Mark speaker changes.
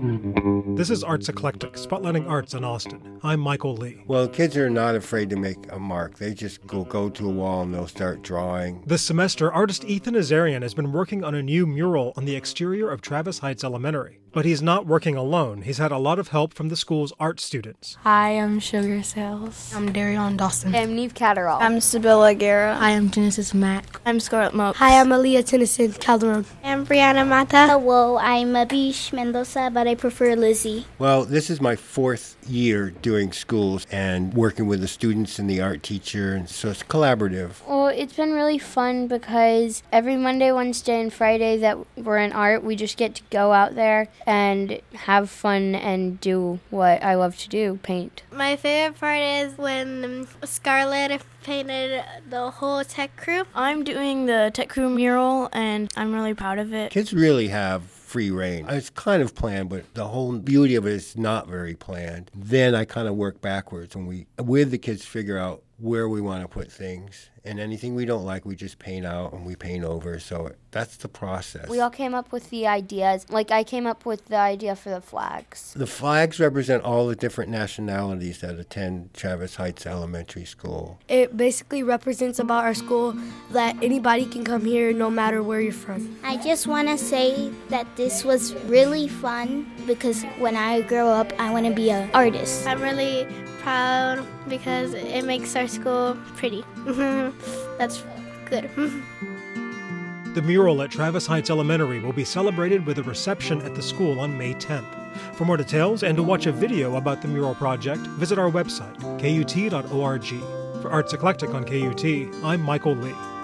Speaker 1: This is Arts Eclectic, spotlighting arts in Austin. I'm Michael Lee.
Speaker 2: Well, kids are not afraid to make a mark. They just go, go to a wall and they'll start drawing.
Speaker 1: This semester, artist Ethan Azarian has been working on a new mural on the exterior of Travis Heights Elementary. But he's not working alone. He's had a lot of help from the school's art students.
Speaker 3: Hi, I'm Sugar Sales.
Speaker 4: I'm Darion Dawson.
Speaker 5: I'm Neve Catterall.
Speaker 6: I'm Sibylla Guerra.
Speaker 7: I am Genesis Mack.
Speaker 8: I'm Scarlett Mopes.
Speaker 9: Hi, I'm Aaliyah Tennyson Calderon.
Speaker 10: I'm Brianna Mata.
Speaker 11: Hello, I'm Abish Mendoza, but I prefer Lizzie.
Speaker 2: Well, this is my fourth year doing schools and working with the students and the art teacher, and so it's collaborative.
Speaker 11: Well, it's been really fun because every Monday, Wednesday, and Friday that we're in art, we just get to go out there and have fun and do what I love to do paint.
Speaker 10: My favorite part is when Scarlett painted the whole tech crew.
Speaker 4: I'm doing the tech crew mural and I'm really proud of it.
Speaker 2: Kids really have free reign. It's kind of planned, but the whole beauty of it is not very planned. Then I kind of work backwards and we, with the kids, figure out where we want to put things. And anything we don't like, we just paint out and we paint over. So that's the process.
Speaker 11: We all came up with the ideas. Like, I came up with the idea for the flags.
Speaker 2: The flags represent all the different nationalities that attend Travis Heights Elementary School.
Speaker 9: It basically represents about our school that anybody can come here no matter where you're from.
Speaker 11: I just want to say that this was really fun because when I grow up, I want to be an artist.
Speaker 10: I'm really proud because it makes our school pretty. That's good.
Speaker 1: the mural at Travis Heights Elementary will be celebrated with a reception at the school on May 10th. For more details and to watch a video about the mural project, visit our website, kut.org. For Arts Eclectic on KUT, I'm Michael Lee.